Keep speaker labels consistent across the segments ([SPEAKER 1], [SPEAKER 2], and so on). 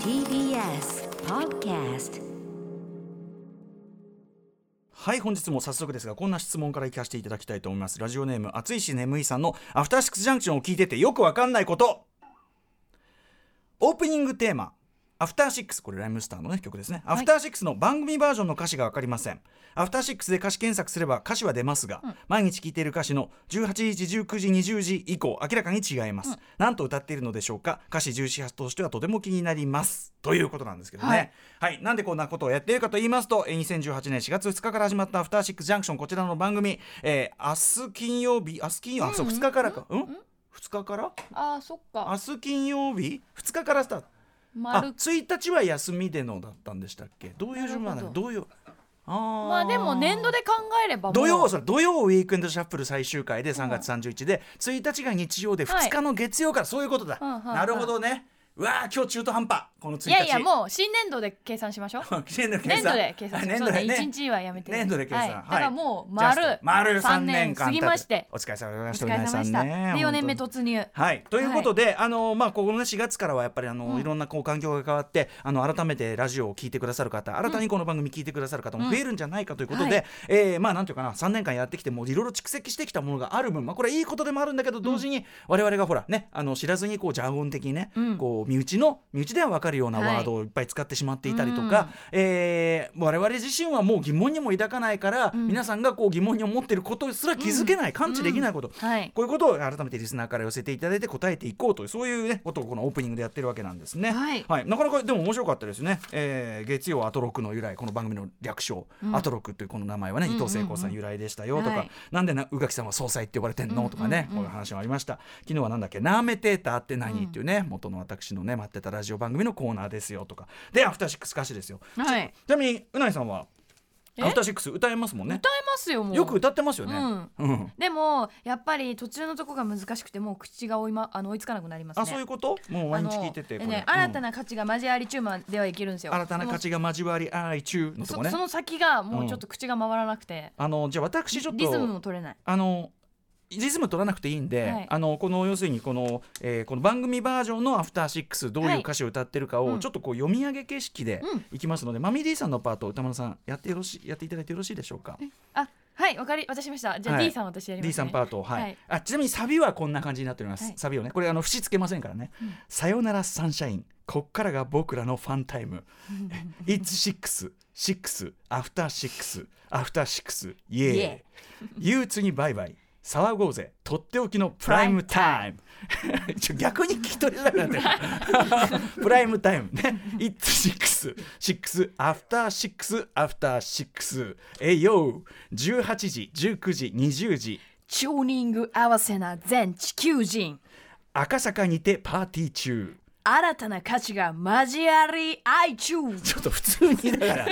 [SPEAKER 1] TBS Podcast
[SPEAKER 2] はい本日も早速ですがこんな質問からいかせていただきたいと思いますラジオネーム熱いし眠いさんの「アフターシックスジャンクション」を聞いててよくわかんないことオープニングテーマアフターシックスこれライムスターの、ね、曲ですね、アフターシックスの番組バージョンの歌詞が分かりませんアフターシックスで歌詞検索すれば歌詞は出ますが、毎日聴いている歌詞の18時19時20時以降明らかに違います、なんと歌っているのでしょうか歌詞重視発としてはとても気になりますということなんですけどねはい、なんでこんなことをやっているかと言いますとえー2018年4月2日から始まったアフターシックスジャンクションこちらの番組、えー明日金曜日明日金曜あそう2日からかうん、2日から
[SPEAKER 3] あーそっ
[SPEAKER 2] 明
[SPEAKER 3] か
[SPEAKER 2] 日金曜日2日からスタートあ
[SPEAKER 3] 丸
[SPEAKER 2] 1日は休みでのだったんでしたっけどういう順番な
[SPEAKER 3] なる
[SPEAKER 2] の
[SPEAKER 3] ほ
[SPEAKER 2] どういうあー
[SPEAKER 3] まあでも年度で考えればもう
[SPEAKER 2] 土曜それ土曜ウィークエンドシャッフル最終回で3月31日で、1日が日曜で2日の月曜から、そういうことだ、
[SPEAKER 3] うんうんうん
[SPEAKER 2] なるほどねうわあ今日中途半端この1日
[SPEAKER 3] いやいやもう新年度で計算しましょう
[SPEAKER 2] 年度 計
[SPEAKER 3] 年
[SPEAKER 2] 算
[SPEAKER 3] 度で計算しましょ
[SPEAKER 2] 年
[SPEAKER 3] う
[SPEAKER 2] 度
[SPEAKER 3] ね
[SPEAKER 2] でね
[SPEAKER 3] 一日はやめて
[SPEAKER 2] 年度で計算
[SPEAKER 3] はい
[SPEAKER 2] は
[SPEAKER 3] だ
[SPEAKER 2] い
[SPEAKER 3] からもう
[SPEAKER 2] ジャス
[SPEAKER 3] 丸
[SPEAKER 2] ト丸3
[SPEAKER 3] 3
[SPEAKER 2] 年
[SPEAKER 3] 年
[SPEAKER 2] 間
[SPEAKER 3] 過ぎまして
[SPEAKER 2] お疲れ様で
[SPEAKER 3] お
[SPEAKER 2] した
[SPEAKER 3] 疲れ様でした
[SPEAKER 2] 皆さ
[SPEAKER 3] で
[SPEAKER 2] んね
[SPEAKER 3] 4年目
[SPEAKER 2] 本当に
[SPEAKER 3] 突入
[SPEAKER 2] はい、ということで、あのまあ、ここの、ね、4月からはやっぱりあの、
[SPEAKER 3] うん
[SPEAKER 2] いろんなこう環境が変わってあの改めてラジオを聞いてくださる方新たにこの番組聞いてくださる方も増えるんじゃないかということで、
[SPEAKER 3] うんはい
[SPEAKER 2] えーまあ、なんていうかな3年間やってきてもういろいろ蓄積してきたものがある分、まあ、これはいいことでもあるんだけど同時に我々がほら、ね、あの知らずにこうジャーゴン的にね、
[SPEAKER 3] うん
[SPEAKER 2] こう身内の身内では分かるような
[SPEAKER 3] はい
[SPEAKER 2] ワードをいっぱい使ってしまっていたりと
[SPEAKER 3] うん
[SPEAKER 2] か、えー我々自身はもう疑問にも抱かないから、
[SPEAKER 3] うん
[SPEAKER 2] 皆さんがこう疑問に思ってることすら気づけない、感知できないこと、
[SPEAKER 3] はい
[SPEAKER 2] こういうことを改めてリスナーから寄せていただいて答えていこうというそういうねことをこのオープニングでやってるわけなんですね。
[SPEAKER 3] はい
[SPEAKER 2] なかなかでも面白かったですね。えー月曜アトロクの由来この番組の略称、
[SPEAKER 3] うん
[SPEAKER 2] アトロクというこの名前はね、
[SPEAKER 3] うんうん
[SPEAKER 2] 伊
[SPEAKER 3] うん
[SPEAKER 2] 藤聖子さん由来でしたよとか、
[SPEAKER 3] はい
[SPEAKER 2] なんでな宇垣さんは総裁って呼ばれてんのとかね、
[SPEAKER 3] うんうん
[SPEAKER 2] こ
[SPEAKER 3] うん
[SPEAKER 2] ういう話もありました。昨日はなんだっけナーメテーターって何、
[SPEAKER 3] うん
[SPEAKER 2] っていうね元の私のね待ってたラジオ番組のコーナーですよとかでアフターシックス歌詞ですよ。
[SPEAKER 3] はい
[SPEAKER 2] ちなみにうないさんは
[SPEAKER 3] え
[SPEAKER 2] アフターシックス歌えますもんね。
[SPEAKER 3] 歌えますよもう
[SPEAKER 2] よく歌ってますよ
[SPEAKER 3] う
[SPEAKER 2] ね。
[SPEAKER 3] ん
[SPEAKER 2] うん。
[SPEAKER 3] でもやっぱり途中のとこが難しくてもう口が追い,、ま、あの追いつかなくなりますね
[SPEAKER 2] あそういうこと？もう毎日聞いてて
[SPEAKER 3] あの
[SPEAKER 2] これ
[SPEAKER 3] ね、新たな価値が交わりチューマではいけるんですよ
[SPEAKER 2] 新たな価値が交わり愛中
[SPEAKER 3] でも
[SPEAKER 2] のと
[SPEAKER 3] そ,、
[SPEAKER 2] こね
[SPEAKER 3] その先がもうちょっと口が回らなくて、
[SPEAKER 2] あのじゃあ私ちょっ
[SPEAKER 3] リズム
[SPEAKER 2] と
[SPEAKER 3] も取れない
[SPEAKER 2] あのリズム取らなくていいんで、
[SPEAKER 3] はい
[SPEAKER 2] あのこの要するにこの,、えーこの番組バージョンの「アフターシックスどういう歌詞を歌ってるか
[SPEAKER 3] はいう
[SPEAKER 2] を
[SPEAKER 3] ん
[SPEAKER 2] ちょっとこう読み上げ形式で
[SPEAKER 3] うん
[SPEAKER 2] いきますので、マミディさんのパート歌丸さんやってよろしやっていただいてよろしいでしょうか。
[SPEAKER 3] あはいわかり私しましたじゃあ
[SPEAKER 2] はい
[SPEAKER 3] D さん私やります、ね、
[SPEAKER 2] D さんパートをはい、
[SPEAKER 3] はい
[SPEAKER 2] あちなみにサビはこんな感じになっております、
[SPEAKER 3] はい
[SPEAKER 2] サビをねこれあの節つけませんからね「
[SPEAKER 3] ん
[SPEAKER 2] さよならサンシャインこっからが僕らのファンタ イム」「It's six six after six after six yeah 憂鬱にバイバイ」騒ごうぜとっておきのプライムタイムちょ逆に聞き取れなくな ってるプライムタイムね It's six six after six after six えいよ18時19時20時
[SPEAKER 3] チューニング合わせな全地球人
[SPEAKER 2] 赤坂にてパーティー中
[SPEAKER 3] 新たな価値が交わり愛中
[SPEAKER 2] ちょっと普通にだから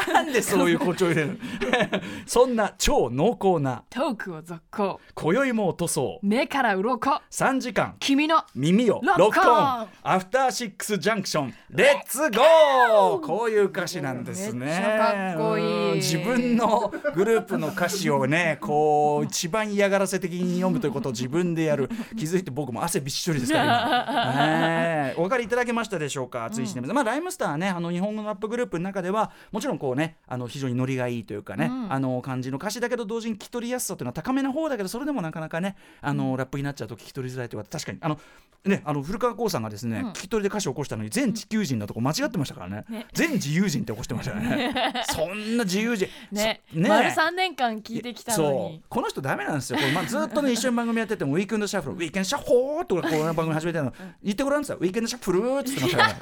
[SPEAKER 2] なんでそういう誇張入れるの そんな超濃厚な
[SPEAKER 3] トークを続行
[SPEAKER 2] 今宵も落とそう
[SPEAKER 3] 目から鱗
[SPEAKER 2] 3時間
[SPEAKER 3] 君の
[SPEAKER 2] 耳をロ
[SPEAKER 3] ロ
[SPEAKER 2] ッ
[SPEAKER 3] ッ
[SPEAKER 2] ク
[SPEAKER 3] ク
[SPEAKER 2] オ
[SPEAKER 3] オン
[SPEAKER 2] ンアフターシックスジャンクションレッツゴーこういう歌詞なんですね
[SPEAKER 3] めっちゃかっこいい
[SPEAKER 2] うん自分のグループの歌詞をねこう一番嫌がらせ的に読むということを自分でやる気づいて僕も汗びっしょりですから 今ねえお分かりいただけましたでしょうか熱いしねまあライムスターはねあの日本のラップグループの中ではもちろんこうねあの非常にノリがいいというかね、
[SPEAKER 3] うん
[SPEAKER 2] あの感じの歌詞だけど同時に聞き取りやすさというのは高めな方だけどそれでもなかなかねあの、ラップになっちゃうと聞き取りづらいというか確かにあのねあの古川光さんがですね、聞き取りで歌詞を起こしたのに全地球人のとこ間違ってましたからね全自由人って起こしてましたよ ねそんな自由人
[SPEAKER 3] ね
[SPEAKER 2] そね
[SPEAKER 3] 丸3年間聞いてきたのに
[SPEAKER 2] そうこの人ダメなんですよこれ、まあ、ずっとね一緒に番組やっててもウィークエンドシャッフルウィークエンドシャッフルとかこう番組始めてたの言ってごらんっつったらウィークエンドシャッフルーっつってましたからね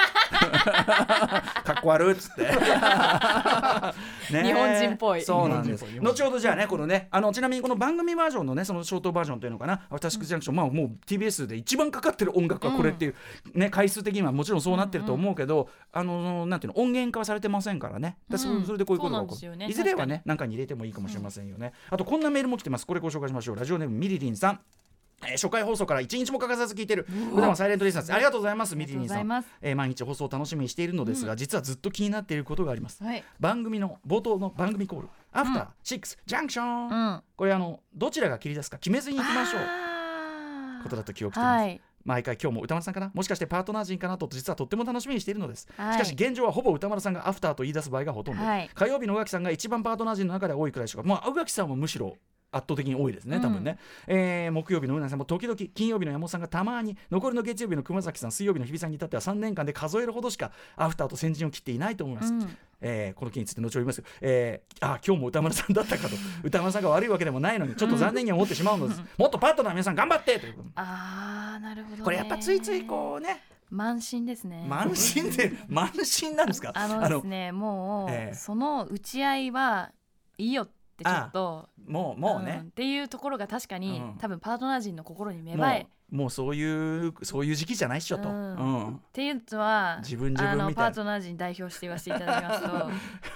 [SPEAKER 2] かっこ悪いっつってね
[SPEAKER 3] 日本人っぽい
[SPEAKER 2] そうなんです
[SPEAKER 4] 日本人っぽい
[SPEAKER 2] 後ほどじゃあねこのねあのちなみにこの番組バージョンのねそのショートバージョンというのかな「アフターシックスジャンクション」まあもう TBS で一番かかってる音楽がこれっていう、ね回数的にはもちろんそうなってると思うけど、あのなんていうの音源化はされてませんからねだから
[SPEAKER 3] うん
[SPEAKER 2] それでこういうことが起こ
[SPEAKER 3] そうなんで
[SPEAKER 2] る、
[SPEAKER 3] すよね
[SPEAKER 2] いずれはねなんかに入れてもいいかもしれませんよね、あとこんなメールも来てますこれご紹介しましょうラジオネームみりりんさんえー初回放送から一日も欠かさず聞いてる普段はサイレントリスナーですありがとうございますみりりん
[SPEAKER 3] あ
[SPEAKER 2] さ
[SPEAKER 3] りがとうござい
[SPEAKER 2] ん
[SPEAKER 3] ます、
[SPEAKER 2] えー毎日放送を楽しみにしているのですが、実はずっと気になっていることがあります
[SPEAKER 3] はい
[SPEAKER 2] 番組の冒頭の番組コールアフターシックスジャンクション、
[SPEAKER 3] うん
[SPEAKER 2] これあのどちらが切り出すか決めずに行きましょう
[SPEAKER 3] あー
[SPEAKER 2] ことだと記憶しています、
[SPEAKER 3] はい
[SPEAKER 2] 毎回今日も歌丸さんかなもしかしてパートナー陣かなと実はとっても楽しみにしているのです、
[SPEAKER 3] はい
[SPEAKER 2] しかし現状はほぼ歌丸さんがアフターと言い出す場合がほとんど、
[SPEAKER 3] はい
[SPEAKER 2] 火曜日の宇垣さんが一番パートナー陣の中では多いくらいでしょうかまあ宇垣さんはむしろ圧倒的に多いですね多分ね、えー木曜日のうなぎさんも時々金曜日の山本さんがたまに残りの月曜日の熊崎さん水曜日の日比さんに至っては3年間で数えるほどしかアフターと先陣を切っていないと思います、
[SPEAKER 3] うん
[SPEAKER 2] えーこの件について後ほど言いますけど、えーあ今日も歌丸さんだったかと歌丸さんが悪いわけでもないのにちょっと残念に思ってしまうのです、もっとパートナーの皆さん頑張ってということ
[SPEAKER 3] ああなるほどね
[SPEAKER 2] これやっぱついついこうね
[SPEAKER 3] 満身ですね
[SPEAKER 2] 満身で満身なんですか
[SPEAKER 3] あのですねもう、
[SPEAKER 2] ええ
[SPEAKER 3] その打ち合いはいいよってちょっと
[SPEAKER 2] もうもう
[SPEAKER 3] うん
[SPEAKER 2] ね
[SPEAKER 3] っ、ていうところが確かに、
[SPEAKER 2] うん
[SPEAKER 3] 多分パートナー陣の心に芽
[SPEAKER 2] も
[SPEAKER 3] 生えっ
[SPEAKER 2] うもうそういうそういう時期じゃないっしょと、う
[SPEAKER 3] うんんていうのは
[SPEAKER 2] 自分自分
[SPEAKER 3] あの
[SPEAKER 2] みたい
[SPEAKER 3] パートナー陣代表して言わせていただきま すとちょ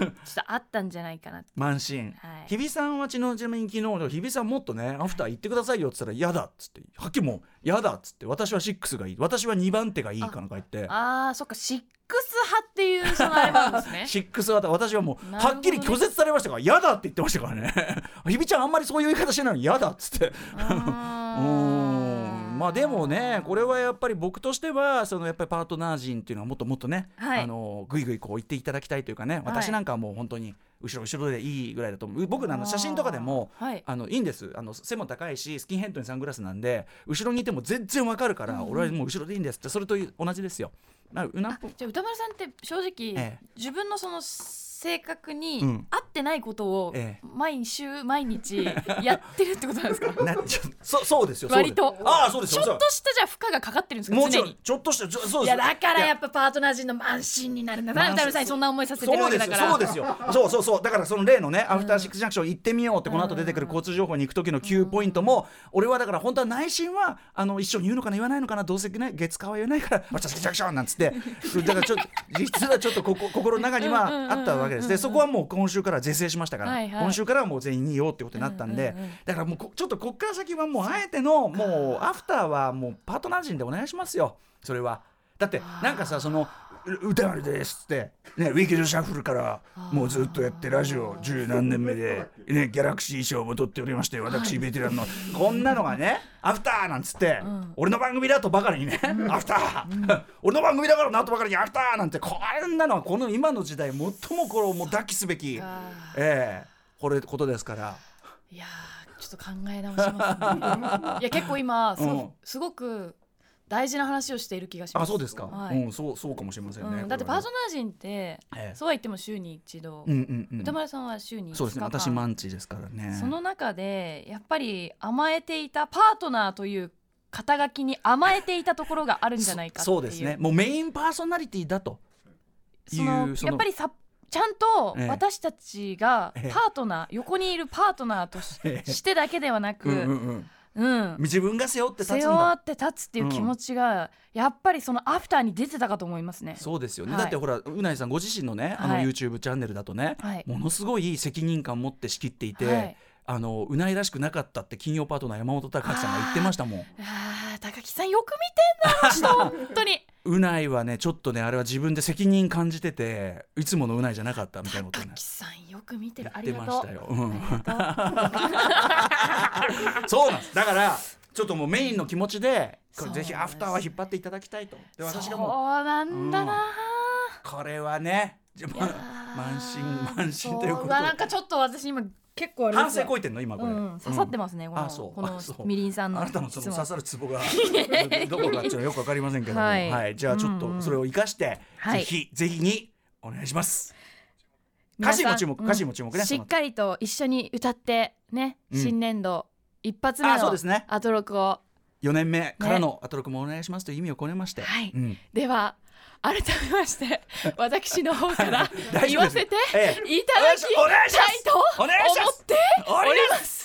[SPEAKER 3] っとあったんじゃないかなって
[SPEAKER 2] 満身。
[SPEAKER 3] はい
[SPEAKER 2] 日比さんはちのちなみに昨日日比さんもっとねアフター行ってくださいよっつったら嫌だっつってはっきりもう嫌だっつって私は6がいい私は2番手がいいかなんか言って
[SPEAKER 3] あーそっかシックス派っていうそのアルバムで すね
[SPEAKER 2] シックスは私はもう
[SPEAKER 3] なるほ
[SPEAKER 2] は
[SPEAKER 3] どね
[SPEAKER 2] っきり拒絶されましたから嫌だって言ってましたからね 日比ちゃんあんまりそういう言い方してないのに嫌だっつって
[SPEAKER 3] う
[SPEAKER 2] う
[SPEAKER 3] ー
[SPEAKER 2] ーん
[SPEAKER 3] ん
[SPEAKER 2] まあでもねこれはやっぱり僕としてはそのやっぱりパートナー陣っていうのはもっともっとね、
[SPEAKER 3] はい
[SPEAKER 2] あのぐいぐいこう言っていただきたいというかね私なんかはもう本当に後ろ後ろでいいぐらいだと思う僕のあの写真とかでも
[SPEAKER 3] あーはい
[SPEAKER 2] あのいいんですあの背も高いしスキンヘッドにサングラスなんで後ろにいても全然わかるから、俺はもう後ろでいいんですってそれと同じですよ。なうな
[SPEAKER 3] あじゃあ歌丸さんって正直、
[SPEAKER 2] ええ
[SPEAKER 3] 自分のその性格に
[SPEAKER 2] うん
[SPEAKER 3] 合ってないことを
[SPEAKER 2] ええ
[SPEAKER 3] 毎週毎日やってるってことなんですか
[SPEAKER 2] なちょそそうですよそうです
[SPEAKER 3] 割と
[SPEAKER 2] ああそうです
[SPEAKER 3] ち
[SPEAKER 2] よ
[SPEAKER 3] ょっ
[SPEAKER 2] そう
[SPEAKER 3] としたじゃあ負荷がかかってるんですか
[SPEAKER 2] もち
[SPEAKER 3] 常
[SPEAKER 2] ろ
[SPEAKER 3] に
[SPEAKER 2] んちょっとしたちょそう
[SPEAKER 3] い
[SPEAKER 2] です
[SPEAKER 3] やだから
[SPEAKER 2] い
[SPEAKER 3] やっぱパートナー陣の満身になるんだな
[SPEAKER 2] 満身
[SPEAKER 3] 歌丸さんにそんな思いさせてる
[SPEAKER 2] そ
[SPEAKER 3] わ
[SPEAKER 2] うで
[SPEAKER 3] けだ
[SPEAKER 2] す
[SPEAKER 3] か
[SPEAKER 2] よ
[SPEAKER 3] ら
[SPEAKER 2] そうですよそうそうそうだからその例のね、アフターシックスジャンクション行ってみようってこの後出てくる交通情報に行く時の Q ポイントも、俺はだから本当は内心はあの一緒に言うのかな言わないのかなどうせ、ね、月火は言わないからアフターシックスジャンクションなんつってだからちょっと実はちょっとここ心の中にはあったわけですでそこはもう今週から是正しましたから、
[SPEAKER 3] はいはい
[SPEAKER 2] 今週からはもう全員に言おうってことになったんで、
[SPEAKER 3] うんうんうん
[SPEAKER 2] だからもうこちょっとこっから先はもうあえてのもうアフターはもうパートナー陣でお願いしますよそれは。だってなんかさその「う歌丸です」って、ね「ウィキドシャッフル」からもうずっとやってラジオ十何年目で、ね、ギャラクシー賞も取っておりまして私ベテランの、こんなのがね「アフター」なんつって、俺の番組だとばかりにね「アフター」俺の番組だからなとばかりに「アフター」なんてこんなのはこの今の時代最もこれをもう抱きすべき、
[SPEAKER 3] あー
[SPEAKER 2] ええこれことですから。
[SPEAKER 3] いやーちょっと考え直しますねいや結構今すご,、
[SPEAKER 2] うん
[SPEAKER 3] すごく大事な話をしている気がします
[SPEAKER 2] あそうですか、
[SPEAKER 3] はい
[SPEAKER 2] うんそうそうかもしれませんね、
[SPEAKER 3] うんだって
[SPEAKER 2] これ
[SPEAKER 3] パー
[SPEAKER 2] は
[SPEAKER 3] ト
[SPEAKER 2] ね
[SPEAKER 3] ナー陣って、
[SPEAKER 2] ええ
[SPEAKER 3] そうは言っても週に一度、
[SPEAKER 2] うんうんうん
[SPEAKER 3] 歌丸さんは週に一日
[SPEAKER 2] そうですね私マンチですからね
[SPEAKER 3] その中でやっぱり甘えていたパートナーという肩書きに甘えていたところがあるんじゃないかってい
[SPEAKER 2] そうそうですねもうメインパーソナリティだと
[SPEAKER 3] その
[SPEAKER 2] いうその
[SPEAKER 3] やっぱりさちゃんと
[SPEAKER 2] ええ
[SPEAKER 3] 私たちがパ
[SPEAKER 2] ええ
[SPEAKER 3] ートナー、横にいるパートナーとし
[SPEAKER 2] ええ
[SPEAKER 3] してだけではなく、
[SPEAKER 2] うんうんうん
[SPEAKER 3] うん
[SPEAKER 2] 自分が背負って立つん
[SPEAKER 3] 背負
[SPEAKER 2] だ
[SPEAKER 3] って立つっていう気持ちが、やっぱりそのアフターに出てたかと思いますね。
[SPEAKER 2] そうですよね、
[SPEAKER 3] はい
[SPEAKER 2] だってほらうないさんご自身のねあの
[SPEAKER 3] はい
[SPEAKER 2] YouTube チャンネルだとね、
[SPEAKER 3] はい
[SPEAKER 2] ものすごい責任感持って仕切っていて、
[SPEAKER 3] はい
[SPEAKER 2] あのうないらしくなかったって金曜パートナー山本隆さんが言ってましたもん
[SPEAKER 3] ああ高木さんよく見てんな ちょっと本当に
[SPEAKER 2] うないはねちょっとねあれは自分で責任感じてていつものうないじゃなかったみたいなこと
[SPEAKER 3] 高
[SPEAKER 2] ね
[SPEAKER 3] 木さんよく見て
[SPEAKER 2] 言
[SPEAKER 3] るあ
[SPEAKER 2] っ
[SPEAKER 3] り
[SPEAKER 2] て
[SPEAKER 3] が
[SPEAKER 2] ま
[SPEAKER 3] と
[SPEAKER 2] し
[SPEAKER 3] う
[SPEAKER 2] たよ、うん
[SPEAKER 3] あ
[SPEAKER 2] そうなんですだからちょっともうメインの気持ちでこれ
[SPEAKER 3] そう
[SPEAKER 2] ぜひアフターは引っ張っていただきたいとで
[SPEAKER 3] りがとう
[SPEAKER 2] 私
[SPEAKER 3] そ
[SPEAKER 2] が
[SPEAKER 3] う
[SPEAKER 2] も
[SPEAKER 3] なんだな、
[SPEAKER 2] うこれはねじゃま満身満身ということ
[SPEAKER 3] わなんかちょっと私今結構あれで
[SPEAKER 2] 反
[SPEAKER 3] す
[SPEAKER 2] 省
[SPEAKER 3] よ
[SPEAKER 2] こいてんの今これ、
[SPEAKER 3] うん、刺さってますね、この
[SPEAKER 2] あそう
[SPEAKER 3] この
[SPEAKER 2] あそう
[SPEAKER 3] みりんさんの
[SPEAKER 2] あなたのその
[SPEAKER 3] 質問
[SPEAKER 2] 刺さるツボ がどこかっていうのはよくわかりませんけども、は
[SPEAKER 3] はいい
[SPEAKER 2] じゃあちょっ
[SPEAKER 3] うんう
[SPEAKER 2] と
[SPEAKER 3] ん
[SPEAKER 2] それを生かして、
[SPEAKER 3] はい
[SPEAKER 2] ぜひぜひにお願いします歌
[SPEAKER 3] 皆
[SPEAKER 2] 詞
[SPEAKER 3] さん
[SPEAKER 2] も注目
[SPEAKER 3] うん
[SPEAKER 2] 歌詞も注目ね、
[SPEAKER 3] しっかりと一緒に歌ってね、
[SPEAKER 2] うん
[SPEAKER 3] 新年度一発目
[SPEAKER 2] あそう
[SPEAKER 3] の
[SPEAKER 2] ですね
[SPEAKER 3] アトロクを
[SPEAKER 2] 4年目からのアトロクもお願いしますという意味を込めまして、
[SPEAKER 3] はい
[SPEAKER 2] うん
[SPEAKER 3] では改めまして 私の方から
[SPEAKER 2] 大丈夫です
[SPEAKER 3] 言わせて
[SPEAKER 2] え
[SPEAKER 3] いただき
[SPEAKER 2] お願いしま
[SPEAKER 3] た
[SPEAKER 2] す
[SPEAKER 3] いと
[SPEAKER 2] お
[SPEAKER 3] 思
[SPEAKER 2] 願いします
[SPEAKER 3] って
[SPEAKER 2] お願いします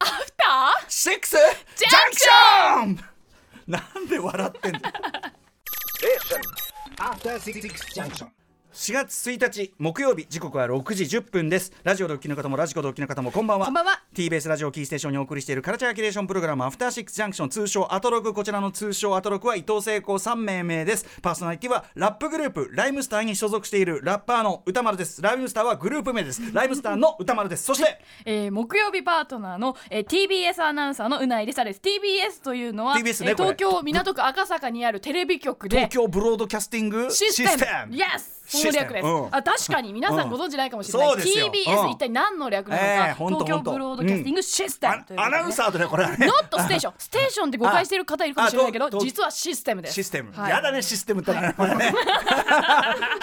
[SPEAKER 3] アフター
[SPEAKER 2] シックスジャンクションなんで笑ってんの
[SPEAKER 4] After Six Junction.
[SPEAKER 2] 4月1日木曜日時刻は6時10分ですラジオでお聞きの方もラジコでお聞きの方もこんばんは
[SPEAKER 3] こんばんは
[SPEAKER 2] TBS ラジオキーステーションにお送りしているカルチャーキュレーションプログラムアフターシックスジャンクション通称アトロクこちらの通称アトロクは伊藤聖光3名名ですパーソナリティはラップグループライムスターに所属しているラッパーの歌丸ですライムスターはグループ名ですライムスターの歌丸ですそして
[SPEAKER 3] えー木曜日パートナーの、えー TBS アナウンサーのうないりさです TBS というのは、
[SPEAKER 2] TBS ね
[SPEAKER 3] えー
[SPEAKER 2] これ
[SPEAKER 3] 東京港区赤坂にあるテレビ局で
[SPEAKER 2] 東京ブロードキャスティング
[SPEAKER 3] システム Yes その略です、
[SPEAKER 2] うん
[SPEAKER 3] あ確かに皆さんご存知ないかもしれない、
[SPEAKER 2] うんそうですよ
[SPEAKER 3] TBS、
[SPEAKER 2] うん
[SPEAKER 3] 一体何の略なのか、
[SPEAKER 2] えーほんと
[SPEAKER 3] 東京
[SPEAKER 2] ほんと
[SPEAKER 3] ブロードキャスティングシステム、
[SPEAKER 2] あアナウンサーとねこれはね
[SPEAKER 3] ノットステーションステーションって誤解してる方いるかもしれないけ
[SPEAKER 2] あ
[SPEAKER 3] ど
[SPEAKER 2] とと
[SPEAKER 3] 実はシステムです
[SPEAKER 2] システム、
[SPEAKER 3] はい
[SPEAKER 2] やだねシステムってのはね、これね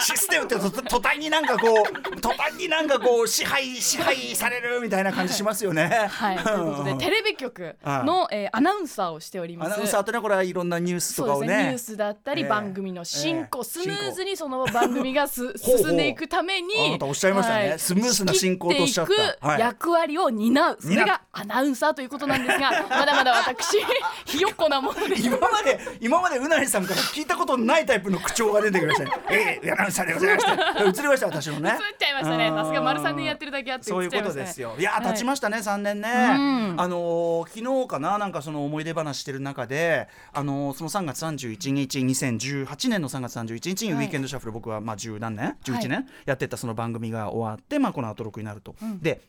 [SPEAKER 2] システムってと途端になんかこう途端になんかこう支配支配されるみたいな感じしますよね。
[SPEAKER 3] はい、ということでテレビ局の、えーアナウンサーをしておりま
[SPEAKER 2] ア
[SPEAKER 3] す。
[SPEAKER 2] ナウンサーとねこれはいろんなニュースと
[SPEAKER 3] そう
[SPEAKER 2] か
[SPEAKER 3] です
[SPEAKER 2] を
[SPEAKER 3] ねニュ
[SPEAKER 2] ね
[SPEAKER 3] ースだったり、
[SPEAKER 2] ええ
[SPEAKER 3] 番組の進行、
[SPEAKER 2] ええ
[SPEAKER 3] スムーズにその番組がす
[SPEAKER 2] ほう
[SPEAKER 3] 進んでいくために
[SPEAKER 2] あなたおっしゃいましたねスムーズな進行とおっしゃった
[SPEAKER 3] 仕切てい
[SPEAKER 2] はい
[SPEAKER 3] く役割を担うそれ
[SPEAKER 2] 担う
[SPEAKER 3] がアナウンサーということな んですがまだまだ私 ひよっこなもので
[SPEAKER 2] 今まで今までうなりさんから聞いたことないタイプの口調が出てきましたね。ええアナウンサーでございました。 映りました私のね。映
[SPEAKER 3] 映っちゃいましたねさすが丸さんでやってるだけあって
[SPEAKER 2] そうい
[SPEAKER 3] 映
[SPEAKER 2] う
[SPEAKER 3] っちゃ
[SPEAKER 2] こ
[SPEAKER 3] いま
[SPEAKER 2] と
[SPEAKER 3] したね
[SPEAKER 2] ですよ。いや、立ちましたね、三年ね。
[SPEAKER 3] ん
[SPEAKER 2] あのー昨日かな、なんかその思い出話してる中で、あのーその3月31日、2018年の3月31日にウ
[SPEAKER 3] はい
[SPEAKER 2] ィーケンドシャッフル、僕はまあ十何年、
[SPEAKER 3] はい
[SPEAKER 2] 11年やってたその番組が終わって、まあこのアトロクになると。で。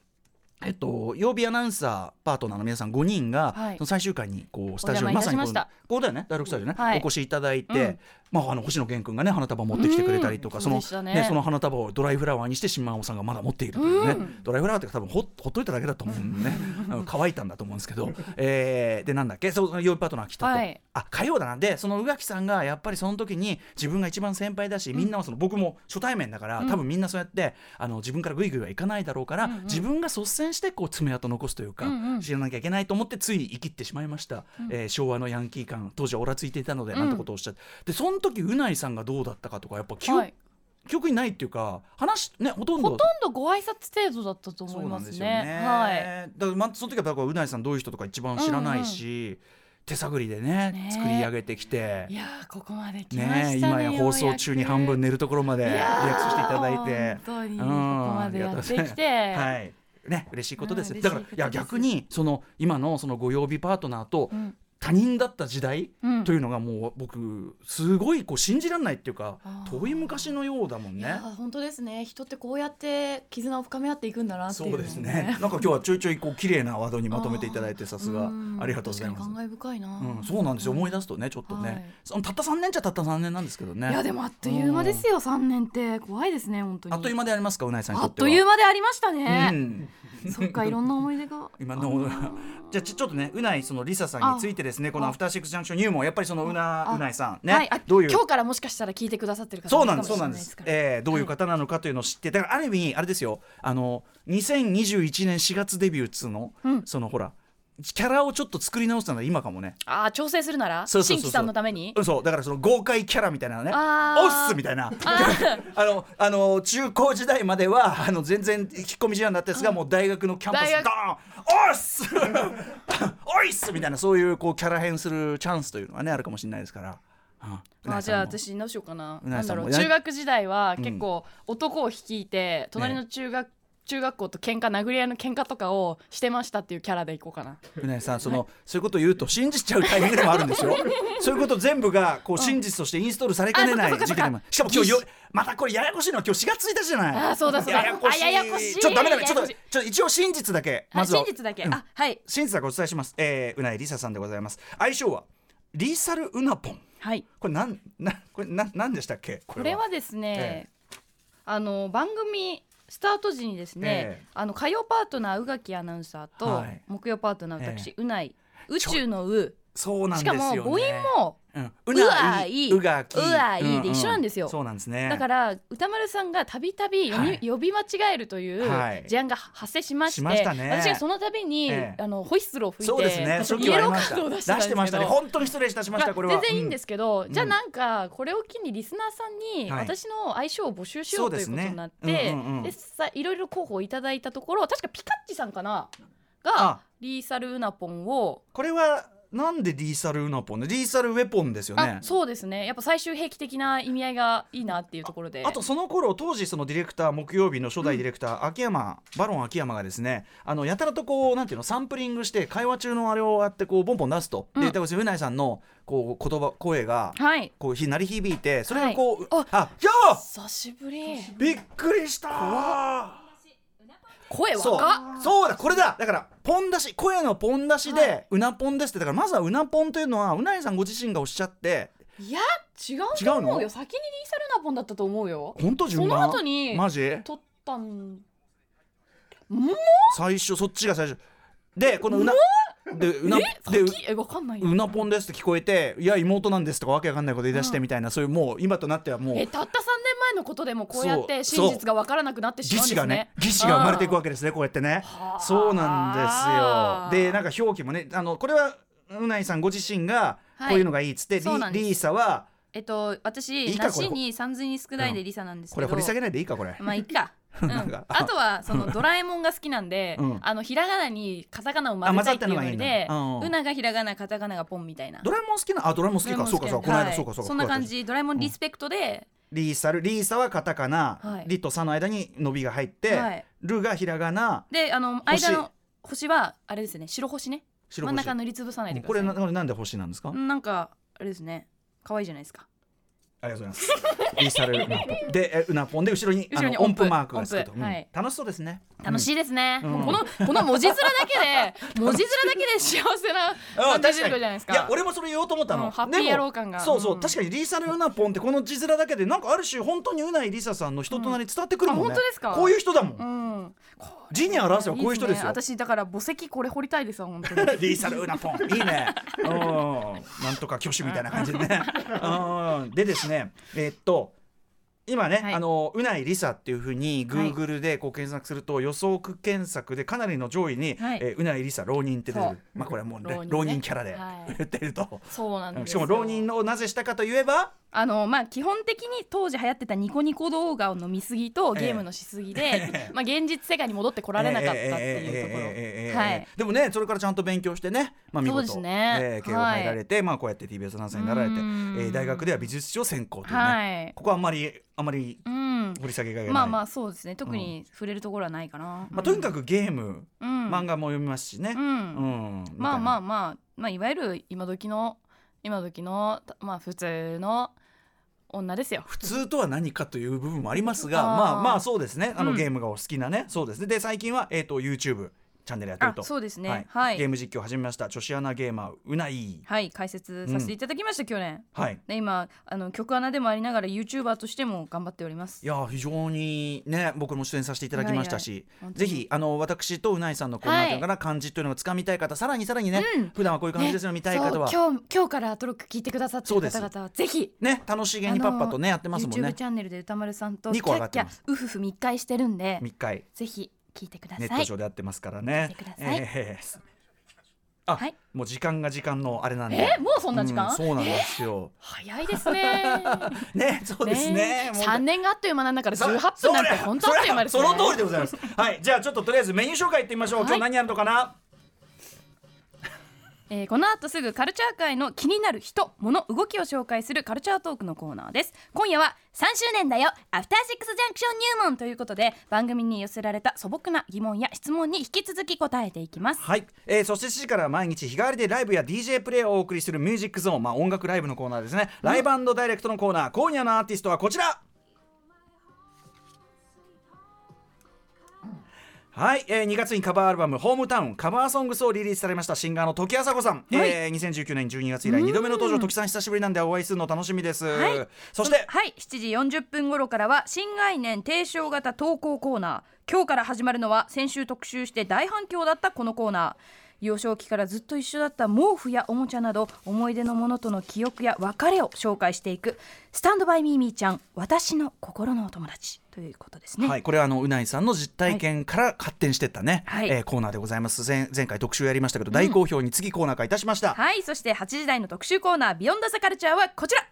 [SPEAKER 2] えっと、曜日アナウンサーパートナーの皆さん5人が、
[SPEAKER 3] はい
[SPEAKER 2] その最終回にこうスタジオ
[SPEAKER 3] お
[SPEAKER 2] に
[SPEAKER 3] 邪魔
[SPEAKER 2] ま
[SPEAKER 3] いた
[SPEAKER 2] さに
[SPEAKER 3] し
[SPEAKER 2] こ
[SPEAKER 3] ま
[SPEAKER 2] の
[SPEAKER 3] した
[SPEAKER 2] ここだよねダイレクトスタジオね、
[SPEAKER 3] はい
[SPEAKER 2] お越しいただいて、
[SPEAKER 3] うん
[SPEAKER 2] まあ、あの星野源君がね花束持ってきてくれたりとか、
[SPEAKER 3] うん
[SPEAKER 2] その
[SPEAKER 3] そうでしたね
[SPEAKER 2] ねその花束をドライフラワーにして新馬尾さんがまだ持っているというね、
[SPEAKER 3] うん
[SPEAKER 2] ドライフラワーって多分ほほっといただけだと思うんでねあの乾いたんだと思うんですけど、えーでなんだっけそう曜日パートナー来たと、
[SPEAKER 3] はい
[SPEAKER 2] あ火曜だなでその宇垣さんがやっぱりその時に自分が一番先輩だしみんなはその、僕も初対面だから、多分みんなそうやってあの自分からグイグイはいかないだろうから、
[SPEAKER 3] うんうん
[SPEAKER 2] 自分が率先してこう爪痕残すというか、
[SPEAKER 3] うんうん
[SPEAKER 2] 知らなきゃいけないと思ってつい生きってしまいました、えー昭和のヤンキー感当時はオラついていたのでなんてことをおっしゃって、でその時うないさんがどうだったかとかやっぱ記憶,、
[SPEAKER 3] はい
[SPEAKER 2] 記憶にないっていうか話ねほとんど
[SPEAKER 3] ほとんどご挨拶程度だったと思いますね。はい。
[SPEAKER 2] だから、ま、その時はだからうないさんどういう人とか一番知らないし、手探りでね
[SPEAKER 3] ね
[SPEAKER 2] 作り上げてきて
[SPEAKER 3] い。やーここまで来ました
[SPEAKER 2] ね
[SPEAKER 3] ね。
[SPEAKER 2] 今や
[SPEAKER 3] よう
[SPEAKER 2] 放
[SPEAKER 3] く
[SPEAKER 2] 送中に半分寝るところまでリ
[SPEAKER 3] いやー
[SPEAKER 2] アクションしていただいて
[SPEAKER 3] 本当に
[SPEAKER 2] うん
[SPEAKER 3] ここまでやって
[SPEAKER 2] あ
[SPEAKER 3] き
[SPEAKER 2] りがとうござ
[SPEAKER 3] て、
[SPEAKER 2] いますはいね嬉しいことです
[SPEAKER 3] うん
[SPEAKER 2] だからい
[SPEAKER 3] 嬉しいことです
[SPEAKER 2] や逆にその今のそのご曜日パートナーと
[SPEAKER 3] うん
[SPEAKER 2] 他人だった時代
[SPEAKER 3] うん
[SPEAKER 2] というのがもう僕すごいこう信じられないっていうか
[SPEAKER 3] あー
[SPEAKER 2] 遠い昔のようだもん
[SPEAKER 4] いや
[SPEAKER 2] ね。
[SPEAKER 4] ー本当ですね人ってこうやって絆を深め合っていくんだなっていうの
[SPEAKER 2] そう
[SPEAKER 4] を
[SPEAKER 2] ですね。なんか今日はちょいちょいこう綺麗なワードにまとめていただいてさす が
[SPEAKER 4] ん
[SPEAKER 2] ありがとうございま
[SPEAKER 4] 確
[SPEAKER 2] す
[SPEAKER 4] か。に感慨深いな、
[SPEAKER 2] うん、そうなんですよ思い出すとねちょっとね、
[SPEAKER 4] はい
[SPEAKER 2] そのたった3年じゃたった3年なんですけどね
[SPEAKER 4] いやでもあっという間ですよ三年って怖いですね本当に
[SPEAKER 2] あっという間でありますかうないさんに
[SPEAKER 4] あ
[SPEAKER 2] と
[SPEAKER 4] っ
[SPEAKER 2] っては
[SPEAKER 4] という間でありました
[SPEAKER 2] う
[SPEAKER 4] ね、
[SPEAKER 2] ん、
[SPEAKER 4] そっかいろんな思い出が
[SPEAKER 2] 今のじゃあちちょっとねうないそのリサさんについてですねこの「アフターシックスジャンクション入門」やっぱりそのうな
[SPEAKER 4] あ
[SPEAKER 2] うないさん
[SPEAKER 4] はい
[SPEAKER 2] ね
[SPEAKER 4] あ
[SPEAKER 2] どういう
[SPEAKER 4] 今日からもしかしたら聞いてくださってる方
[SPEAKER 2] そうな
[SPEAKER 4] もい
[SPEAKER 2] んで
[SPEAKER 4] る
[SPEAKER 2] す
[SPEAKER 4] か
[SPEAKER 2] そ
[SPEAKER 4] もしれ
[SPEAKER 2] うなん
[SPEAKER 4] ない
[SPEAKER 2] で
[SPEAKER 4] です
[SPEAKER 2] す
[SPEAKER 4] か、ら
[SPEAKER 2] えーどういう方なのかというのを知ってだからある意味あれですよあの2021年4月デビューっつうの、
[SPEAKER 3] うん
[SPEAKER 2] そのほらキャラをちょっと作り直したのは今かもね
[SPEAKER 3] ああ調整するなら
[SPEAKER 2] そうそうそうそう
[SPEAKER 3] 新規さんのために
[SPEAKER 2] うんそうだからその豪快キャラみたいなのね
[SPEAKER 3] あー
[SPEAKER 2] オッスみたいなあのあの中高時代まではあの全然引っ込み思案だったんですが、もう大学のキャンパスド
[SPEAKER 3] 大学
[SPEAKER 2] ーンオッス オイスみたいなそういうこうキャラ変するチャンスというのはねあるかもしれないですから、うん
[SPEAKER 3] あじゃあ
[SPEAKER 2] うなぎさんも
[SPEAKER 3] 私どうしようかな
[SPEAKER 2] うな
[SPEAKER 3] な
[SPEAKER 2] ぎ
[SPEAKER 3] ん
[SPEAKER 2] さ
[SPEAKER 3] だ
[SPEAKER 2] んも
[SPEAKER 3] ろう
[SPEAKER 2] や
[SPEAKER 3] 中学時代は結構男を率いて、隣の中学中学校と喧嘩殴り合いの喧嘩とかをしてましたっていうキャラでいこうかな。
[SPEAKER 2] うなぎさんその、そういうことを言うと信じちゃうタイミングでもあるんですよそういうこと全部がこう真実としてインストールされかねない
[SPEAKER 3] あそっか
[SPEAKER 2] 時
[SPEAKER 3] そっ
[SPEAKER 2] 期
[SPEAKER 3] か
[SPEAKER 2] でもしかも今日よまたこれややこしいのは今日4月1日じゃない
[SPEAKER 3] あーそうだそうだ
[SPEAKER 2] ややこしい
[SPEAKER 3] あややこしい
[SPEAKER 2] ちょっとダメだねちょっと
[SPEAKER 3] ややこ
[SPEAKER 2] ち
[SPEAKER 3] し
[SPEAKER 2] ょ
[SPEAKER 3] い
[SPEAKER 2] っと一応真実だけ
[SPEAKER 3] あ
[SPEAKER 2] まずは
[SPEAKER 3] 真実だけ、
[SPEAKER 2] うん
[SPEAKER 3] あはい
[SPEAKER 2] 真実だけお伝えします、えー、うなえりささんでございます愛称はリーサルうなぽん
[SPEAKER 3] はい
[SPEAKER 2] これなんなこれなんなんでしたっけこ
[SPEAKER 3] これはですね、あの番組スタート時にですね、
[SPEAKER 2] ええ
[SPEAKER 3] あの火曜パートナー宇垣アナウンサーと、
[SPEAKER 2] はい
[SPEAKER 3] 木曜パートナー私、
[SPEAKER 2] え
[SPEAKER 3] うない宇宙のう、
[SPEAKER 2] そうなん
[SPEAKER 3] し
[SPEAKER 2] ですよ、
[SPEAKER 3] か
[SPEAKER 2] ね、
[SPEAKER 3] も母音も
[SPEAKER 2] うんう
[SPEAKER 3] う
[SPEAKER 2] な
[SPEAKER 3] わ
[SPEAKER 2] い
[SPEAKER 3] いう
[SPEAKER 2] がき
[SPEAKER 3] うわいで一緒なんですよ
[SPEAKER 2] そうなんですね
[SPEAKER 3] だから歌丸さんがたびたび
[SPEAKER 2] はい
[SPEAKER 3] 呼び間違えるという
[SPEAKER 2] はい
[SPEAKER 3] 事案が発生しまして、
[SPEAKER 2] しましたね
[SPEAKER 3] 私がその度に、
[SPEAKER 2] ええ
[SPEAKER 3] あのホイッスルを吹いて
[SPEAKER 2] そうですね初期
[SPEAKER 3] イ
[SPEAKER 2] は
[SPEAKER 3] エ
[SPEAKER 2] あり
[SPEAKER 3] ロー
[SPEAKER 2] ま
[SPEAKER 3] カ
[SPEAKER 2] した
[SPEAKER 3] ードを出
[SPEAKER 2] 出
[SPEAKER 3] してたんで
[SPEAKER 2] し
[SPEAKER 3] すけ
[SPEAKER 2] て
[SPEAKER 3] ど
[SPEAKER 2] ましたね本当に失礼いたしましたこれは
[SPEAKER 3] 全然いいんですけど、
[SPEAKER 2] ん
[SPEAKER 3] じゃあなんかこれを機にリスナーさんに
[SPEAKER 2] はい
[SPEAKER 3] 私の相性を募集しよ
[SPEAKER 2] そう
[SPEAKER 3] うと
[SPEAKER 2] で
[SPEAKER 3] いう
[SPEAKER 2] す
[SPEAKER 3] こ
[SPEAKER 2] ね
[SPEAKER 3] とになって
[SPEAKER 2] うんうんうん
[SPEAKER 3] でさいろいろ候補をいただいたところ確かピカッチさんかな
[SPEAKER 2] あ
[SPEAKER 3] がリーサルウナポンを
[SPEAKER 2] これはなんでリーサルウナポンねリーサルウェポンですよね
[SPEAKER 5] あそうですねやっぱ最終兵器的な意味合いがいいなっていうところで
[SPEAKER 2] あとその頃当時そのディレクター木曜日の初代ディレクター、秋山バロン秋山がですねあのやたらとこうなんていうのサンプリングして会話中のあれをやってこうボンボン出すと、
[SPEAKER 5] うん
[SPEAKER 2] で歌越うないさんのこう言葉声が
[SPEAKER 5] はい
[SPEAKER 2] こうひ鳴り響いてそれがこう、
[SPEAKER 5] はい
[SPEAKER 2] あいや
[SPEAKER 5] 久しぶり
[SPEAKER 2] ーびっくりしたー
[SPEAKER 5] 声
[SPEAKER 2] そ
[SPEAKER 5] 若っ
[SPEAKER 2] うそうだこれだだからポン出し声のポン出しで、うなポンですってだからまずはうなポンというのはうないさんご自身がおっしゃって
[SPEAKER 5] いや違うと思う
[SPEAKER 2] 違うの
[SPEAKER 5] よ先にリーサルナポンだったと思うよ
[SPEAKER 2] 本当
[SPEAKER 5] そ
[SPEAKER 2] 順
[SPEAKER 5] の
[SPEAKER 2] 番
[SPEAKER 5] 後に
[SPEAKER 2] マジ
[SPEAKER 5] 撮ったん
[SPEAKER 2] 最初そっちが最初でこのうなでうなで
[SPEAKER 5] え
[SPEAKER 2] う
[SPEAKER 5] 先えわかんないう
[SPEAKER 2] なぽんですって聞こえていや妹なんですとかわけわかんないこと言い出してみたいな、そういうもう今となってはもう
[SPEAKER 5] えたった3年前のことでもこうやっ
[SPEAKER 2] そう
[SPEAKER 5] て真実が分からなくなってし
[SPEAKER 2] 義
[SPEAKER 5] まうんで
[SPEAKER 2] 士
[SPEAKER 5] す
[SPEAKER 2] がね
[SPEAKER 5] ね
[SPEAKER 2] 義士が生まれていくわけですねこうやってねそうなんですよでなん
[SPEAKER 5] か
[SPEAKER 2] か表記もねあのこれはうないさんご自身がこ
[SPEAKER 3] はいう
[SPEAKER 2] いうのがいいっつって、
[SPEAKER 3] そうなんで
[SPEAKER 2] リ
[SPEAKER 3] す
[SPEAKER 2] リーサは
[SPEAKER 3] えっと
[SPEAKER 2] い
[SPEAKER 3] 私
[SPEAKER 2] いか
[SPEAKER 3] 梨にさんずに少ない
[SPEAKER 2] うん
[SPEAKER 3] でリサなんです
[SPEAKER 2] こ
[SPEAKER 3] けど
[SPEAKER 2] れ掘り下げないでいいかこれ
[SPEAKER 3] まあいっ かうん
[SPEAKER 2] なんか
[SPEAKER 3] あとはそのドラえもんが好きなんで
[SPEAKER 2] うん
[SPEAKER 3] あのひらがなにカタカナを混ぜたいっていうので
[SPEAKER 2] あ混ざったのがいいのうん
[SPEAKER 3] うながひらがなカタカナがポンみたいな
[SPEAKER 2] ドラえもん好きなあドラえもん好きかそうかそうかこの間、
[SPEAKER 3] はい
[SPEAKER 2] そうかそうか
[SPEAKER 3] そんな感じドラえもんリスペクトで
[SPEAKER 2] リーサルリーサはカタカナ、
[SPEAKER 3] はい
[SPEAKER 2] リとサの間に伸びが入って、
[SPEAKER 3] はい
[SPEAKER 2] ルがひらがな
[SPEAKER 3] であの
[SPEAKER 2] 星
[SPEAKER 3] 間の星はあれですね白星ね
[SPEAKER 2] 白
[SPEAKER 3] 真
[SPEAKER 2] 星
[SPEAKER 3] ん中塗りつぶさないでく
[SPEAKER 2] こ
[SPEAKER 3] だ
[SPEAKER 2] れ
[SPEAKER 3] さ
[SPEAKER 2] な
[SPEAKER 3] いね
[SPEAKER 2] これなんで星なんですか、
[SPEAKER 3] なんかあれですね可愛いじゃないですか
[SPEAKER 2] ありがとうございますリーサルウナポンでえうなぽんで後ろに
[SPEAKER 3] 後ろに
[SPEAKER 2] あの音
[SPEAKER 3] 音符
[SPEAKER 2] 符マークがつくと、
[SPEAKER 3] 音符はい
[SPEAKER 2] 楽しそうですね
[SPEAKER 3] 楽し
[SPEAKER 2] い、
[SPEAKER 3] いですね
[SPEAKER 2] うん
[SPEAKER 3] もうこのこの文字面だけで 文字面だけで幸せな
[SPEAKER 2] あ
[SPEAKER 3] 感じ出てくるじゃないです
[SPEAKER 2] いや
[SPEAKER 3] か
[SPEAKER 2] 俺もそれ言おうと思ったの、
[SPEAKER 3] うんハッピー
[SPEAKER 2] でも
[SPEAKER 3] 野郎感が
[SPEAKER 2] そうそう、
[SPEAKER 3] うん
[SPEAKER 2] 確かにリーサルウナポンってこの字面だけでなんかある種本当にうないリサさんの人となり伝わってくるもんね、
[SPEAKER 3] うんあ本当ですか
[SPEAKER 2] こういう人だもん、
[SPEAKER 3] うん
[SPEAKER 2] 字に表せばこういう人ですよ
[SPEAKER 3] ね私だから墓石これ掘りたいですわ 本当に
[SPEAKER 2] リーサルウナポンいいねうんなんとか挙手みたいな感じでねうんでですねえっと今ね、
[SPEAKER 3] はい
[SPEAKER 2] あのうないりさっていうふうに Google でこう検索すると、予測検索でかなりの上位に、
[SPEAKER 3] はい
[SPEAKER 2] えーうないりさ浪人って出てく
[SPEAKER 3] そ
[SPEAKER 2] る
[SPEAKER 3] う
[SPEAKER 2] まあこれはもう、ね
[SPEAKER 3] 浪人
[SPEAKER 2] 浪人
[SPEAKER 3] ね
[SPEAKER 2] キャラで
[SPEAKER 3] はい
[SPEAKER 2] 言ってると、
[SPEAKER 3] そうなんで
[SPEAKER 2] し
[SPEAKER 3] す
[SPEAKER 2] か
[SPEAKER 3] よ
[SPEAKER 2] も浪人をなぜしたかといえば
[SPEAKER 3] あのまあ基本的に当時流行ってたニコニコ動画を飲みすぎと
[SPEAKER 2] ええ
[SPEAKER 3] ゲームのしすぎで、まあ現実世界に戻ってこられなかったっていうところ、
[SPEAKER 2] えーえーえーえーえーえー
[SPEAKER 3] はい
[SPEAKER 2] でもねそれからちゃんと勉強してね、まあ、見
[SPEAKER 3] そうで
[SPEAKER 2] 事
[SPEAKER 3] すね
[SPEAKER 2] えー慶応入られて、まあ、こうやって TBS アナウンサーになられて、え
[SPEAKER 3] うーん
[SPEAKER 2] ー大学では美術史を専攻というね、
[SPEAKER 3] はい
[SPEAKER 2] ここはあんまりあんまり
[SPEAKER 3] うん
[SPEAKER 2] 掘り下げがいがない、
[SPEAKER 3] まあまあそうですね特に触れるところはないかな、
[SPEAKER 2] まあとにかくゲーム、
[SPEAKER 3] く、うん、
[SPEAKER 2] 漫画も読みますしね、
[SPEAKER 3] うん
[SPEAKER 2] うん
[SPEAKER 3] まあまあ
[SPEAKER 2] み
[SPEAKER 3] まあまあいわゆる今時の今時のたまあ普通の女ですよ
[SPEAKER 2] たいな普通とは何かという部分もありますが
[SPEAKER 3] あー
[SPEAKER 2] まあまあそうですねあの
[SPEAKER 3] うん
[SPEAKER 2] ゲームがお好きなね、そうですねで最近は、えー、と YouTube チャンネルやってる
[SPEAKER 3] あ
[SPEAKER 2] と
[SPEAKER 3] そうですね
[SPEAKER 2] はい
[SPEAKER 3] はい、
[SPEAKER 2] ゲーム実況始めました女子アナゲーマーうない
[SPEAKER 3] はい解説させていただきました、去年
[SPEAKER 2] はい
[SPEAKER 3] で今あの曲穴でもありながら YouTuber としても頑張っております
[SPEAKER 2] いやー非常にね僕も出演させていただきましたし、
[SPEAKER 3] はいはい
[SPEAKER 2] ぜひあの私とうないさんのコーナーから漢字というのがつかみたい方、さらにさらにね、普段はこういう感じですよ、見たい方は
[SPEAKER 3] そう今日今日から登録聞いてくださって
[SPEAKER 2] そう
[SPEAKER 3] る
[SPEAKER 2] です
[SPEAKER 3] 方々はぜひ
[SPEAKER 2] ね楽しげにパッパとねやってますもん
[SPEAKER 3] YouTube
[SPEAKER 2] ね
[SPEAKER 3] チャンネルで歌丸さんとキ
[SPEAKER 2] 二
[SPEAKER 3] ャ
[SPEAKER 2] 個上がっ
[SPEAKER 3] ッ
[SPEAKER 2] て
[SPEAKER 3] キャ
[SPEAKER 2] ます
[SPEAKER 3] ウフフ密会してるんで
[SPEAKER 2] 密会
[SPEAKER 3] ぜひ聞いてくださ
[SPEAKER 2] ネ
[SPEAKER 3] い
[SPEAKER 2] ット上でやってますからね
[SPEAKER 3] 聞いてください
[SPEAKER 2] えーあ、
[SPEAKER 3] はい
[SPEAKER 2] もう時間が時間のあれなんで
[SPEAKER 5] えもうそんな時間、
[SPEAKER 2] うんそうなんですよ
[SPEAKER 5] 早いですね
[SPEAKER 2] ね そうですねもう
[SPEAKER 5] 3年があっという間なんだから
[SPEAKER 2] そ
[SPEAKER 5] 18分なんて本当あっという間ですね
[SPEAKER 2] それその通りでございますはいじゃあちょっととりあえずメニュー紹介いってみましょう、今日何やるのかな
[SPEAKER 3] えーこの後すぐカルチャー界の気になる人物動きを紹介するカルチャートークのコーナーです今夜は3周年だよアフターシックスジャンクション入門ということで番組に寄せられた素朴な疑問や質問に引き続き答えていきます
[SPEAKER 2] はい、えーそして7時からは毎日日替わりでライブや DJ プレイをお送りするミュージックゾーン、まあ、音楽ライブのコーナーですねライブダイレクトのコーナー今夜のアーティストはこちらはい、えー2月にカバーアルバム「ホームタウン」カバーソングスをリリースされましたシンガーの時あさこさん、えー2019年12月以来2度目の登場時さん久しぶりなんでお会いするの楽しみです、
[SPEAKER 3] はい
[SPEAKER 2] そして
[SPEAKER 3] はい7時40分頃からは新概念提唱型投稿コーナー今日から始まるのは先週特集して大反響だったこのコーナー幼少期からずっと一緒だった毛布やおもちゃなど思い出のものとの記憶や別れを紹介していく「スタンドバイミーミーちゃん私の心のお友達」ということですね。
[SPEAKER 2] はい、これはあのうないさんの実体験から発展してったね、
[SPEAKER 3] はい
[SPEAKER 2] えーコーナーでございます前前回特集やりましたけど、大好評に次コーナー化いたしました、
[SPEAKER 3] はいそして8時台の特集コーナー「ビヨンドザカルチャーはこちら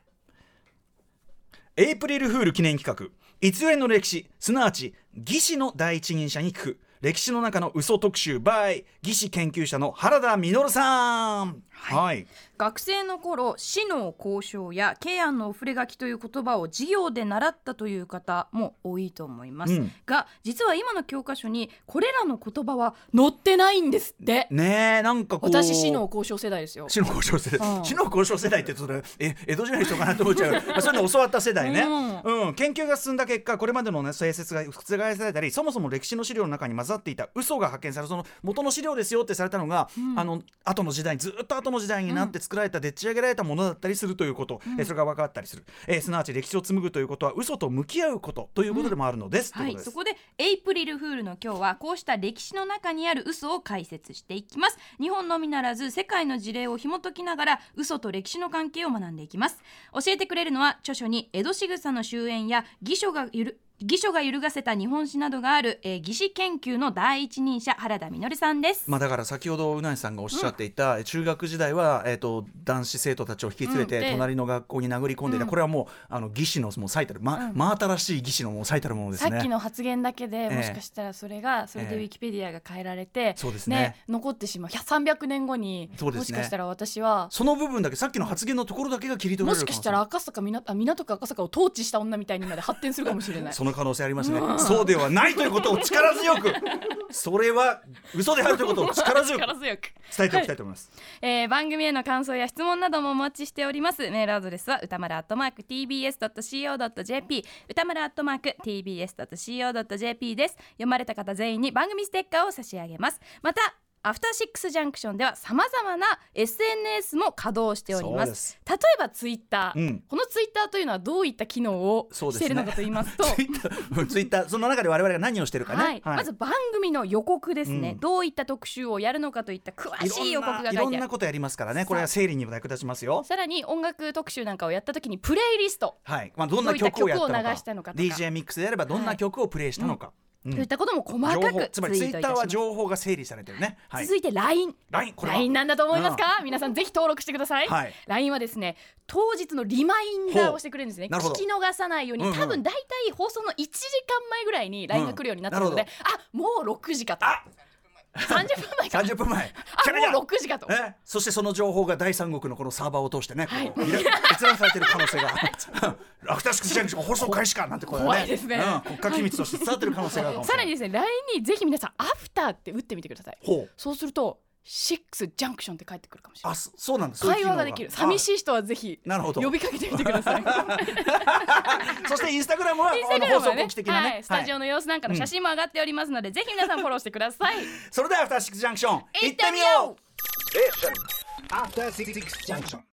[SPEAKER 2] エイプリルフール記念企画「偽りの歴史」すなわち「義士の第一人者に聞く」歴史の中の嘘特集 by 義史研究者の原田実さんはい、
[SPEAKER 3] 学生の頃死の交渉や慶安のお触れ書きという言葉を授業で習ったという方も多いと思います、
[SPEAKER 2] うん
[SPEAKER 3] が実は今の教科書にこれらの言葉は載ってないんですって
[SPEAKER 2] ねえなんかこう
[SPEAKER 6] 私死の交渉世代ですよ
[SPEAKER 2] 死の交渉世代、
[SPEAKER 3] うん
[SPEAKER 2] 死の交渉世代ってそれえ江戸時代の人かなと思っちゃう、まあ、そういうの教わった世代ね、うん研究が進んだ結果これまでの、ね、性説が覆されたりそもそも歴史の資料の中に混ざっていた嘘が発見されその元の資料ですよってされたのが、あの後の時代にずっと後の時代になって作られた、でっち上げられたものだったりするということ、えそれが分かったりする、えすなわち歴史を紡ぐということは嘘と向き合うことということでもあるのです、と
[SPEAKER 3] は
[SPEAKER 2] いう
[SPEAKER 3] い、
[SPEAKER 2] ことで
[SPEAKER 3] そ
[SPEAKER 2] す。
[SPEAKER 3] こでエイプリルフールの今日はこうした歴史の中にある嘘を解説していきます日本のみならず世界の事例を紐解きながら嘘と歴史の関係を学んでいきます教えてくれるのは著書に江戸仕草の終焉や義書がゆる義書が揺るがせた日本史などがある、えー、義史研究の第一人者原田実さんです、
[SPEAKER 2] まあだから先ほどうなぎさんがおっしゃっていた、中学時代は、えー、と男子生徒たちを引き連れ
[SPEAKER 6] うん
[SPEAKER 2] て
[SPEAKER 6] で
[SPEAKER 2] 隣の学校に殴り込んでいた、これはもうあの義士のもう最たる、ま真新しい義士のもう最たるものです
[SPEAKER 6] さ
[SPEAKER 2] ね。
[SPEAKER 6] っきの発言だけで
[SPEAKER 2] ええ
[SPEAKER 6] もしかしたらそれがそれで
[SPEAKER 2] ええ
[SPEAKER 6] ウィキペディアが変えられて
[SPEAKER 2] そうですね
[SPEAKER 6] 残ってしまうひゃ300年後に
[SPEAKER 2] そうですね
[SPEAKER 6] もしかしたら私は
[SPEAKER 2] その部分だけさっきの発言のところだけが切り取ら
[SPEAKER 6] も
[SPEAKER 2] れる
[SPEAKER 6] し
[SPEAKER 2] 可能
[SPEAKER 6] かし
[SPEAKER 2] 性
[SPEAKER 6] た
[SPEAKER 2] も
[SPEAKER 6] ら赤坂みなあ港区赤坂を統治した女みたいにまで発展するかもし れない
[SPEAKER 2] その可能性ありますね、そうではないということを力強くそれは嘘であるということを力強く
[SPEAKER 6] 力強く
[SPEAKER 2] 伝えておきたいと思います、
[SPEAKER 3] えー番組への感想や質問などもお待ちしておりますメールアドレスは歌丸アットマーク tbs.co.jp 歌丸アットマーク tbs.co.jp です読まれた方全員に番組ステッカーを差し上げますまたアフターシックスジャンクションではさまざまな SNS も稼働しておりま
[SPEAKER 2] そうですす
[SPEAKER 3] 例えばツイッター、
[SPEAKER 2] うん
[SPEAKER 3] このツイッターというのはどういった機能を
[SPEAKER 2] そうで
[SPEAKER 3] し
[SPEAKER 2] すね
[SPEAKER 3] ているのかと言いますと
[SPEAKER 2] ツイッターツイッターその中で我々が何をしてるかね、
[SPEAKER 3] はい、まず番組の予告ですね、
[SPEAKER 2] うん
[SPEAKER 3] どういった特集をやるのかといった詳
[SPEAKER 2] い
[SPEAKER 3] しい予
[SPEAKER 2] ろんな
[SPEAKER 3] 告が書い
[SPEAKER 2] い
[SPEAKER 3] てあ
[SPEAKER 2] ろん
[SPEAKER 3] る
[SPEAKER 2] なことやりますからねこれは整理にも役立ちますよ
[SPEAKER 6] さらに音楽特集なんかをやった時にプレイリスト
[SPEAKER 2] はいまあ、どんな曲をやったの
[SPEAKER 6] どういった曲を
[SPEAKER 2] か
[SPEAKER 6] 流したのかとか
[SPEAKER 2] DJ ミックスであればどんな曲をプレイしたのか、うん
[SPEAKER 3] といったことも細
[SPEAKER 2] 情
[SPEAKER 3] か
[SPEAKER 2] 報
[SPEAKER 3] く
[SPEAKER 2] つ
[SPEAKER 3] ツイ
[SPEAKER 2] まりツイ
[SPEAKER 3] ート
[SPEAKER 2] ッ
[SPEAKER 3] い
[SPEAKER 2] タ
[SPEAKER 3] た
[SPEAKER 2] ー
[SPEAKER 3] し
[SPEAKER 2] は
[SPEAKER 3] ます
[SPEAKER 2] 情報が整理されてるね、はい
[SPEAKER 3] 続、いて LINE
[SPEAKER 2] LINE これは
[SPEAKER 6] LINE なんだと思いますか皆さんぜひ登録してください、
[SPEAKER 2] はい
[SPEAKER 6] LINE はですね当日のリマインダーをしてくれるんですね
[SPEAKER 2] ほうなるほ
[SPEAKER 6] 聞
[SPEAKER 2] ど
[SPEAKER 6] き逃さないように、
[SPEAKER 2] うんうん
[SPEAKER 6] 多分大体放送の1時間前ぐらいに LINE が来るようになってるの
[SPEAKER 2] うん
[SPEAKER 6] で、あもう6時かと
[SPEAKER 2] あ
[SPEAKER 6] 30分前か
[SPEAKER 2] 30分前キャリ
[SPEAKER 6] あ
[SPEAKER 2] ア
[SPEAKER 6] もう6時かと
[SPEAKER 2] えそしてその情報が第三国のこのサーバーを通してね、こういら閲覧されてる可能性がアフターシックスジャンクション放送開始かなんてこれね
[SPEAKER 6] 怖いですね
[SPEAKER 2] うん、国家機密として伝わってる可能性があるかもし
[SPEAKER 6] さ
[SPEAKER 2] れな
[SPEAKER 6] ら
[SPEAKER 2] い
[SPEAKER 6] にですね LINE にぜひ皆さん「アフター」って打ってみてください
[SPEAKER 2] ほう
[SPEAKER 6] そうすると「シックスジャンクション」って返ってくるかもしれな
[SPEAKER 2] あ
[SPEAKER 6] い
[SPEAKER 2] そそうなんです
[SPEAKER 6] 会話ができる寂し
[SPEAKER 2] い
[SPEAKER 6] い人はぜひ
[SPEAKER 2] なるほど
[SPEAKER 6] 呼びかけてみてく ださい
[SPEAKER 2] そしてインスタグラムは
[SPEAKER 3] インスタグ
[SPEAKER 2] あの
[SPEAKER 3] ラ
[SPEAKER 2] 放
[SPEAKER 3] ムは
[SPEAKER 2] 送
[SPEAKER 3] ね
[SPEAKER 2] 告知的なね、
[SPEAKER 3] はい、スタジオの様子なんかの写真も上がっておりますので、ぜひ皆さんフォローしてください
[SPEAKER 2] それではアフターシックスジャンクション行ってみよう
[SPEAKER 7] After Six Junction.